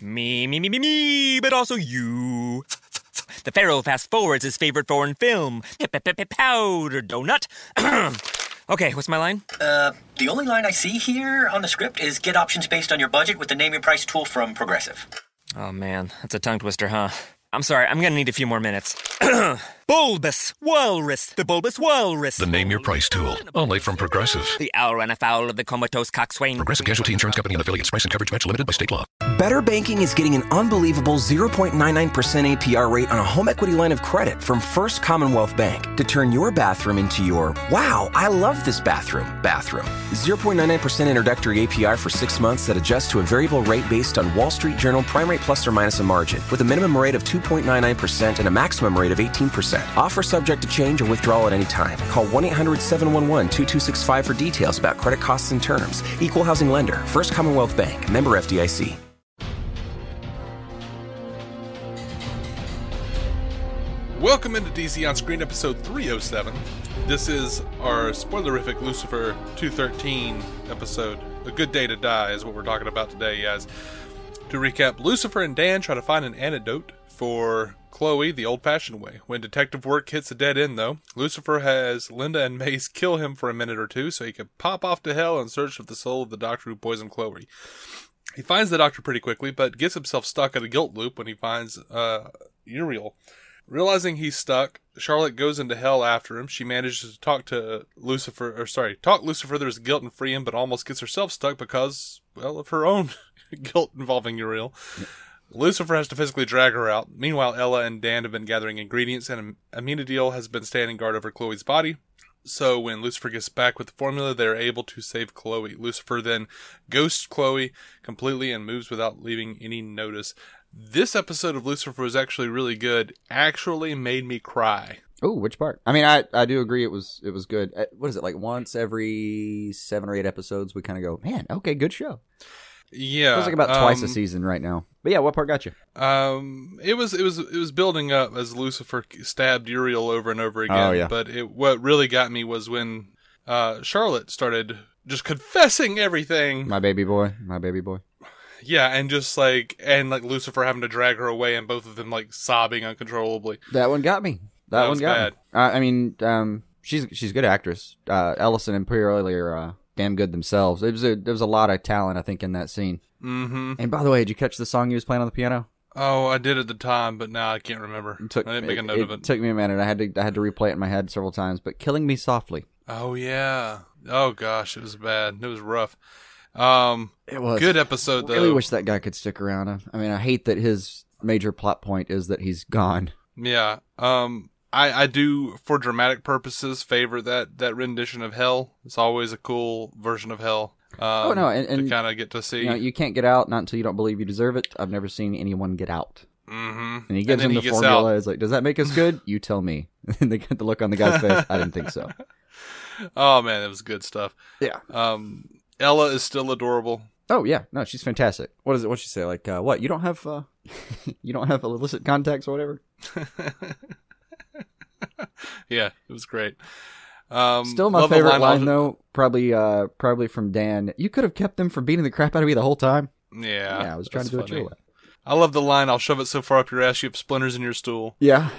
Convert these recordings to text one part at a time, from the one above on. Me, me, me, me, me, but also you. The Pharaoh fast forwards his favorite foreign film, Powder Donut. okay, what's my line? Uh, the only line I see here on the script is get options based on your budget with the name your price tool from Progressive. Oh man, that's a tongue twister, huh? I'm sorry, I'm gonna need a few more minutes. bulbous Walrus, the Bulbous Walrus. The name your price tool. Only from Progressive. The owl ran afoul of the comatose coxswain. Progressive Casualty Insurance Company and affiliates. Price and coverage match limited by state law. Better Banking is getting an unbelievable 0.99% APR rate on a home equity line of credit from First Commonwealth Bank to turn your bathroom into your wow, I love this bathroom bathroom. 0.99% introductory APR for six months that adjusts to a variable rate based on Wall Street Journal prime rate plus or minus a margin with a minimum rate of 2.99% and a maximum rate of 18%. Offer subject to change or withdrawal at any time. Call 1 800 711 2265 for details about credit costs and terms. Equal housing lender, First Commonwealth Bank, member FDIC. Welcome into DC on Screen episode 307. This is our spoilerific Lucifer 213 episode. A good day to die is what we're talking about today, guys. To recap, Lucifer and Dan try to find an antidote for Chloe the old fashioned way. When detective work hits a dead end, though, Lucifer has Linda and Mace kill him for a minute or two so he can pop off to hell in search of the soul of the doctor who poisoned Chloe. He finds the doctor pretty quickly, but gets himself stuck in a guilt loop when he finds uh, Uriel. Realizing he's stuck, Charlotte goes into hell after him. She manages to talk to Lucifer, or sorry, talk Lucifer there's guilt and free him, but almost gets herself stuck because, well, of her own guilt involving Uriel. Lucifer has to physically drag her out. Meanwhile, Ella and Dan have been gathering ingredients, and Aminadiel has been standing guard over Chloe's body. So when Lucifer gets back with the formula, they're able to save Chloe. Lucifer then ghosts Chloe completely and moves without leaving any notice. This episode of Lucifer was actually really good. Actually made me cry. Oh, which part? I mean, I I do agree it was it was good. Uh, What is it like? Once every seven or eight episodes, we kind of go, man, okay, good show. Yeah, Feels like about twice a um, season right now. But yeah, what part got you? Um, it was it was it was building up as Lucifer stabbed Uriel over and over again. Oh, yeah. But it, what really got me was when uh, Charlotte started just confessing everything. My baby boy, my baby boy. yeah, and just like and like Lucifer having to drag her away, and both of them like sobbing uncontrollably. That one got me. That, That one was got me. Uh, I mean, um, she's she's a good actress. Uh, Ellison and Pirelli are uh, damn good themselves. It was a, there was a lot of talent, I think, in that scene. Mm-hmm. And by the way, did you catch the song he was playing on the piano? Oh, I did at the time, but now I can't remember. It took I didn't make a note of it. Took me a minute. I had to I had to replay it in my head several times. But "Killing Me Softly" oh yeah. Oh gosh, it was bad. It was rough. Um, it was good episode I really though. wish that guy could stick around. I- I mean, I hate that his major plot point is that he's gone. Yeah. Um I, I do for dramatic purposes favor that that rendition of Hell. It's always a cool version of Hell. Um, Oh, no, and- and- to kind of get to see. You know, you can't get out not until you don't believe you deserve it. I've never seen anyone get out. mm-hmm. And he gives him the formula. Is like, does that make us good? You tell me. And they get the look on the guy's face. I didn't think so. Oh man, that was good stuff. Yeah. Um, Ella is still adorable. Oh yeah. No, she's fantastic. What is it? What she say? Like, uh, what? You don't have, uh, you don't have illicit contacts or whatever. Yeah, it was great. Um, Still my love the favorite line, I'll- though. Probably, uh, probably from Dan. You could have kept them from beating the crap out of me the whole time. Yeah, yeah, I was trying that's to do it funny. your way. I love the line. I'll shove it so far up your ass, you have splinters in your stool. Yeah.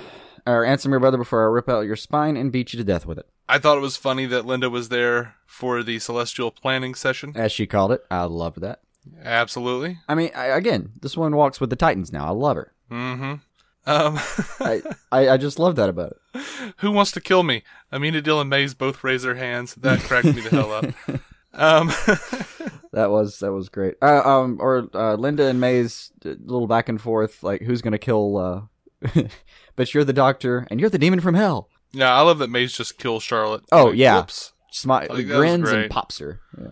Or answer me, brother, before I rip out your spine and beat you to death with it, I thought it was funny that Linda was there for the celestial planning session. as she called it. I love that. Absolutely. I mean, I, again, this one walks with the Titans now. I love her. Mm-hmm. Um, I, I, I just love that about it. Who wants to kill me? Amina Dill and Mays both raise their hands. That cracked me the hell up. Um, That was that was great. Uh, um, or uh, Linda and May's uh, little back and forth, like who's gonna kill? Uh, but you're the doctor, and you're the demon from hell. yeah, I love that Mays just kills Charlotte. Oh, Like, yeah. whoops. Smi- think that was grins great. and pops her. Yeah.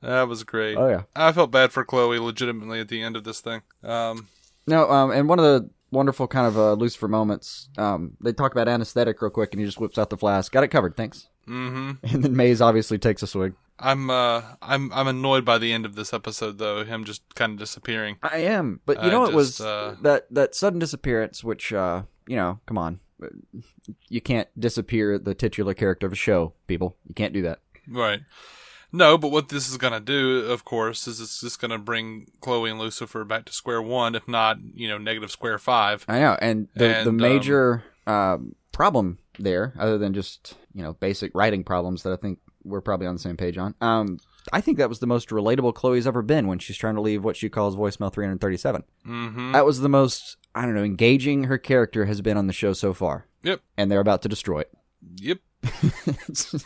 that was great. Oh yeah. I felt bad for Chloe legitimately at the end of this thing. Um, No, um, and one of the wonderful kind of uh, Lucifer moments. Um, they talk about anesthetic real quick, and he just whips out the flask. Got it covered, thanks. hmm And then Maze obviously takes a swig. I'm uh, I'm I'm annoyed by the end of this episode though. Him just kind of disappearing. I am, but I you know it was just, uh, that that sudden disappearance, which uh, you know, come on, you can't disappear the titular character of a show, people. You can't do that. Right. No, but what this is going to do, of course, is it's just going to bring Chloe and Lucifer back to square one, if not, you know, negative square five. I know, and the And, the um, major um, problem there, other than just you know basic writing problems that I think we're probably on the same page on. Um, I think that was the most relatable Chloe's ever been when she's trying to leave what she calls voicemail 337. Mm-hmm. That was the most I don't know engaging her character has been on the show so far. Yep. and they're about to destroy it. Yep.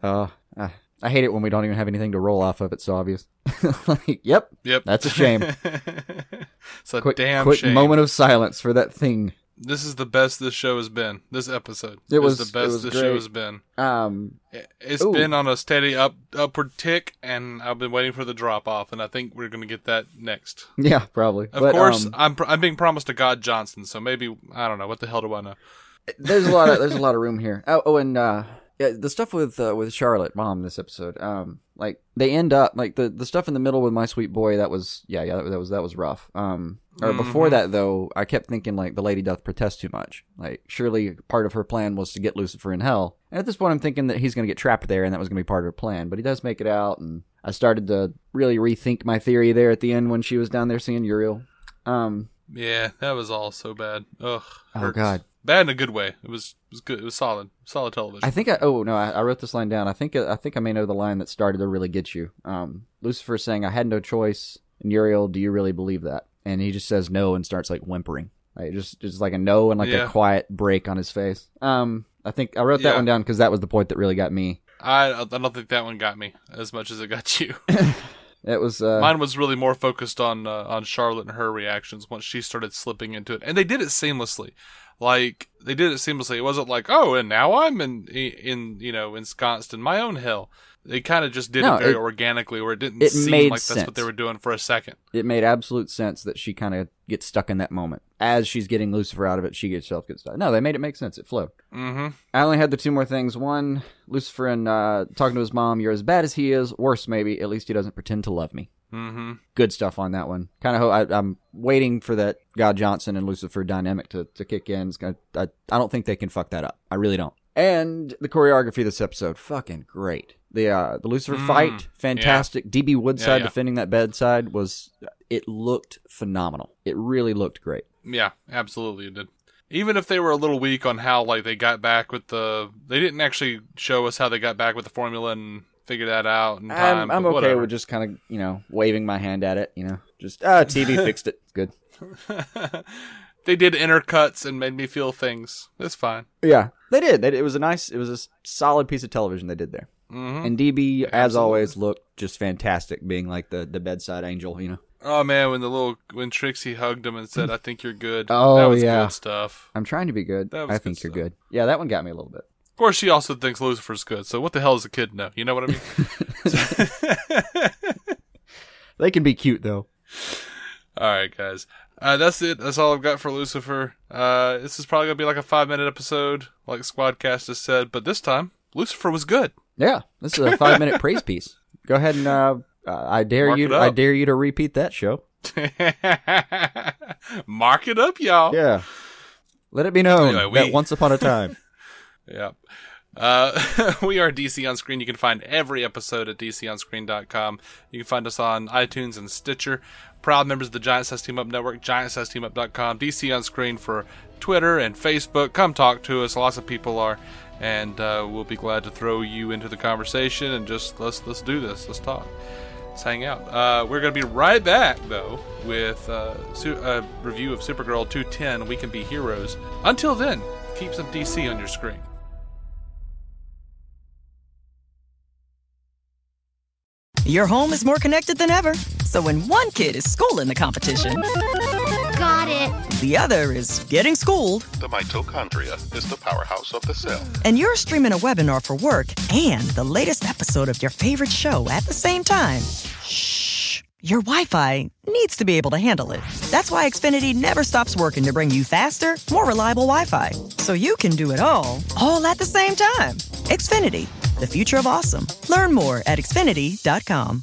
Oh, uh, I hate it when we don't even have anything to roll off of. It's so obvious. like, yep, Yep. That's a shame. it's a quick, damn quick shame. moment of silence for that thing. This is the best this show has been. This episode. It is was- the it best was this great. show has been. Um, It- It's Ooh. been on a steady up upward tick, and I've been waiting for the drop off, and I think we're going to get that next. yeah, probably. Of But, course, um, I'm pr- I'm being promised a God Johnson, so maybe I don't know what the hell do I know. there's a lot of there's a lot of room here. Oh, oh and uh, yeah, the stuff with uh, with Charlotte mom this episode. Um, like they end up like the the stuff in the middle with my sweet boy. That was yeah yeah that, was that was rough. Um, or before that though, I kept thinking like the lady doth protest too much. Like surely part of her plan was to get Lucifer in hell. And at this point, I'm thinking that he's gonna get trapped there, and that was gonna be part of her plan. But he does make it out, and I started to really rethink my theory there at the end when she was down there seeing Uriel. Um, Yeah, that was all so bad. Ugh. Oh, hurts. God. Bad in a good way. It was it was good. It was solid. Solid television. I think I oh no I, I wrote this line down. I think I think I may know the line that started to really get you. Um, Lucifer saying I had no choice. And Uriel, do you really believe that? And he just says no and starts like whimpering, like just just like a no and like Yeah. a quiet break on his face. Um, I think I wrote that Yeah. one down because that was the point that really got me. I I don't think that one got me as much as it got you. It was uh, Mine was really more focused on uh, on Charlotte and her reactions once she started slipping into it, and they did it seamlessly. Like they did it seamlessly. It wasn't like oh, and now I'm in in you know ensconced in my own hell. They kind of just did No, it very it- organically, where it didn't it seem made like that's what they sense. were doing for a second. it made absolute sense that she kind of gets stuck in that moment as she's getting Lucifer out of it. She herself gets stuck. No, they made it make sense. It flowed. Mm-hmm. I only had the two more things. One, Lucifer and uh, talking to his mom. You're as bad as he is. Worse, maybe. At least he doesn't pretend to love me. Mm-hmm. Good stuff on that one. Kind of. Ho- I, I'm waiting for that God Johnson and Lucifer dynamic to, to kick in. It's gonna, I, I don't think they can fuck that up. I really don't. And the choreography of this episode, fucking great. The uh, the Lucifer Mm, fight, fantastic. DB Woodside yeah. defending that bedside was. It looked phenomenal. It really looked great. Yeah, absolutely it did. Even if they were a little weak on how like they got back with the, they didn't actually show us how they got back with the formula and figure that out in time. I'm, I'm but okay whatever. with just kind of you know waving my hand at it. You know, just ah, TV fixed it. Good. they did inner cuts and made me feel things. That's fine. Yeah, they did. They, it was a nice, it was a s- solid piece of television they did there. Mhm. And DB, as always, looked just fantastic, being like the the bedside angel. You know, Oh man, when the little when Trixie hugged him and said, "I think you're good." Oh, that was yeah. good stuff. I'm trying to be good. That I was think good stuff. you're good. Yeah, that one got me a little bit. Of course, she also thinks Lucifer's good. So what the hell does a kid know? You know what I mean? They can be cute though. all right, guys. Uh, that's it. That's all I've got for Lucifer. Uh, this is probably gonna be like a five minute episode, like Squadcast has said. But this time, Lucifer was good. Yeah, this is a five minute praise piece. Go ahead and uh, uh, I dare Mark you. it I up. dare you to repeat that show. Mark it up, y'all. Yeah. Let it be known Anyway, we- that once upon a time. Yep. Uh, we are DC on Screen. You can find every episode at dconscreen.com. You can find us on iTunes and Stitcher. Proud members of the Giant Size Team Up Network, giantsizeteamup.com, DC on Screen for Twitter and Facebook. Come talk to us. Lots of people are. And uh, we'll be glad to throw you into the conversation and just let's let's do this. Let's talk. Let's hang out. Uh, we're going to be right back, though, with uh, su- a review of Supergirl 210 We Can Be Heroes. Until then, keep some DC on your screen. Your home is more connected than ever. So when one kid is schooling the competition, Got it. the other is getting schooled, The mitochondria is the powerhouse of the cell. and you're streaming a webinar for work and the latest episode of your favorite show at the same time. Shh. Your Wi Fi needs to be able to handle it. That's why Xfinity never stops working to bring you faster, more reliable Wi Fi. So you can do it all, all at the same time. Xfinity, the future of awesome. Learn more at xfinity.com.